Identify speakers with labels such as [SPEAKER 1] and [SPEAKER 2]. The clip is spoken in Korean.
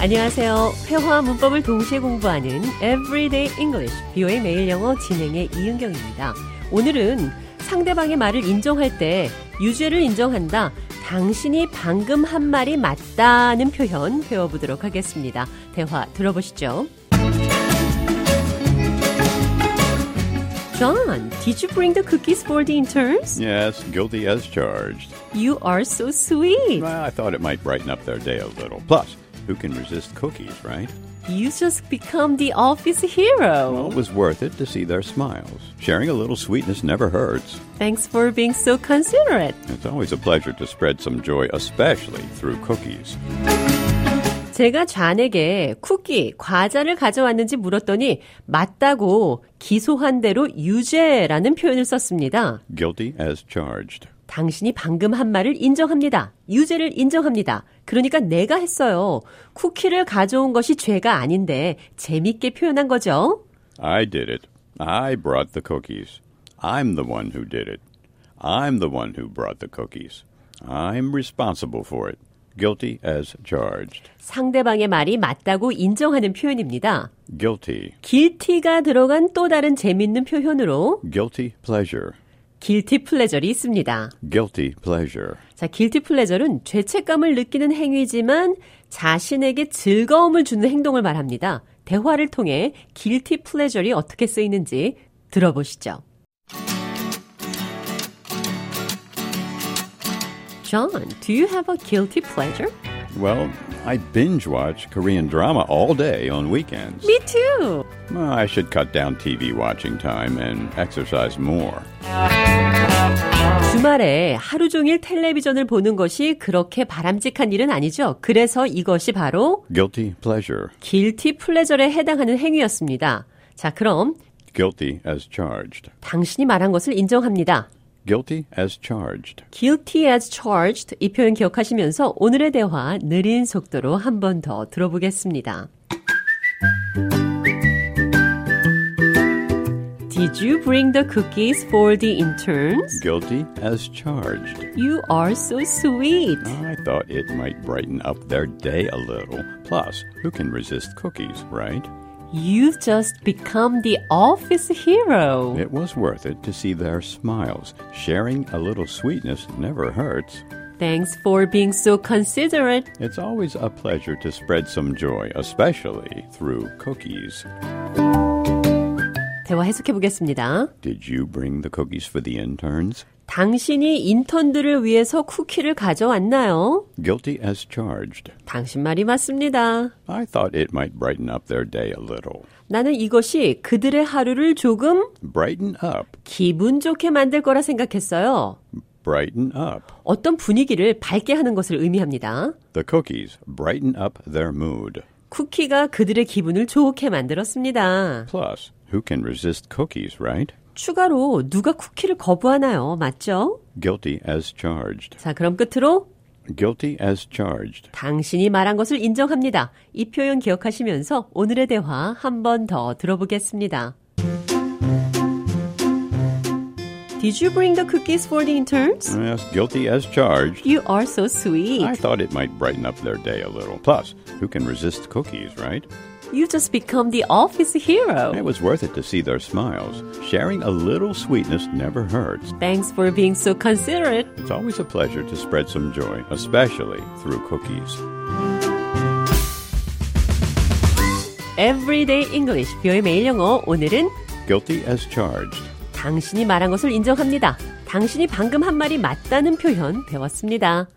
[SPEAKER 1] 안녕하세요. 회화 문법을 동시에 공부하는 Everyday English, BO의 매일 영어 진행의 이은경입니다. 오늘은 상대방의 말을 인정할 때 유죄를 인정한다, 당신이 방금 한 말이 맞다는 표현 배워보도록 하겠습니다. 대화 들어보시죠. John, did you bring the cookies for the interns?
[SPEAKER 2] Yes, guilty as charged.
[SPEAKER 1] You are so sweet.
[SPEAKER 2] Well, I thought it might brighten up their day a little. Plus, who can resist cookies, right?
[SPEAKER 1] You just become the office hero.
[SPEAKER 2] Well, it was worth it to see their smiles. Sharing a little sweetness never hurts.
[SPEAKER 1] Thanks for being so considerate.
[SPEAKER 2] It's always a pleasure to spread some joy, especially through cookies.
[SPEAKER 1] 제가 잔에게 쿠키, 과자를 가져왔는지 물었더니 맞다고 기소한 대로 유죄라는 표현을 썼습니다.
[SPEAKER 2] Guilty as charged.
[SPEAKER 1] 당신이 방금 한 말을 인정합니다. 유죄를 인정합니다. 그러니까 내가 했어요. 쿠키를 가져온 것이 죄가 아닌데 재밌게 표현한 거죠.
[SPEAKER 2] I did it. I brought the cookies. I'm the one who did it. I'm the one who brought the cookies. I'm responsible for it. Guilty as charged.
[SPEAKER 1] 상대방의 말이 맞다고 인정하는 표현입니다.
[SPEAKER 2] Guilty.
[SPEAKER 1] 길티가 들어간 또 다른 재밌는 표현으로
[SPEAKER 2] Guilty pleasure.
[SPEAKER 1] 길티 플레저리 있습니다.
[SPEAKER 2] Guilty pleasure.
[SPEAKER 1] 자, 길티 플레저는 죄책감을 느끼는 행위지만 자신에게 즐거움을 주는 행동을 말합니다. 대화를 통해 길티 플레저리 어떻게 쓰이는지 들어보시죠. John, do you have a guilty pleasure?
[SPEAKER 2] Well, I binge watch Korean drama all day on weekends.
[SPEAKER 1] Me too.
[SPEAKER 2] Well, I should cut down TV watching time and exercise more.
[SPEAKER 1] 주말에 하루 종일 텔레비전을 보는 것이 그렇게 바람직한 일은 아니죠. 그래서 이것이 바로
[SPEAKER 2] Guilty pleasure.
[SPEAKER 1] 길티 플레저에 해당하는 행위였습니다. 자, 그럼
[SPEAKER 2] Guilty as charged.
[SPEAKER 1] 당신이 말한 것을 인정합니다.
[SPEAKER 2] Guilty as charged.
[SPEAKER 1] guilty as charged 이 표현 기억하시면서 오늘의 대화 느린 속도로 한 번 더 들어보겠습니다. Did you bring the cookies for the interns?
[SPEAKER 2] Guilty as charged. Oh,
[SPEAKER 1] You are so sweet.
[SPEAKER 2] I thought it might brighten up their day a little. Plus, who can resist cookies, right?
[SPEAKER 1] You've just become the office hero.
[SPEAKER 2] It was worth it to see their smiles. Sharing a little sweetness never hurts.
[SPEAKER 1] Thanks for being so considerate.
[SPEAKER 2] It's always a pleasure to spread some joy, especially through cookies.
[SPEAKER 1] 대화 해석해 보겠습니다.
[SPEAKER 2] Did you bring the cookies for the interns?
[SPEAKER 1] 당신이 인턴들을 위해서 쿠키를 가져왔나요?
[SPEAKER 2] Guilty as charged.
[SPEAKER 1] 당신 말이 맞습니다.
[SPEAKER 2] I thought it might brighten up their day a little.
[SPEAKER 1] 나는 이것이 그들의 하루를 조금
[SPEAKER 2] Brighten up.
[SPEAKER 1] 기분 좋게 만들 거라 생각했어요.
[SPEAKER 2] Brighten up.
[SPEAKER 1] 어떤 분위기를 밝게 하는 것을 의미합니다.
[SPEAKER 2] The cookies brighten up their mood.
[SPEAKER 1] 쿠키가 그들의 기분을 좋게 만들었습니다.
[SPEAKER 2] Plus, who can resist cookies, right?
[SPEAKER 1] 추가로 누가 쿠키를 거부하나요? 맞죠?
[SPEAKER 2] Guilty as charged.
[SPEAKER 1] 자, 그럼 끝으로
[SPEAKER 2] Guilty as charged.
[SPEAKER 1] 당신이 말한 것을 인정합니다. 이 표현 기억하시면서 오늘의 대화 한 번 더 들어보겠습니다. Did you bring the cookies for the interns?
[SPEAKER 2] Yes, guilty as charged.
[SPEAKER 1] You are so sweet.
[SPEAKER 2] I thought it might brighten up their day a little. Plus, who can resist cookies, right?
[SPEAKER 1] You just become the office hero.
[SPEAKER 2] It was worth it to see their smiles. Sharing a little sweetness never hurts.
[SPEAKER 1] Thanks for being so considerate.
[SPEAKER 2] It's always a pleasure to spread some joy, especially through cookies.
[SPEAKER 1] Everyday English, 뷰의 매일 영어. 오늘은
[SPEAKER 2] Guilty as charged.
[SPEAKER 1] 당신이 말한 것을 인정합니다. 당신이 방금 한 말이 맞다는 표현 배웠습니다.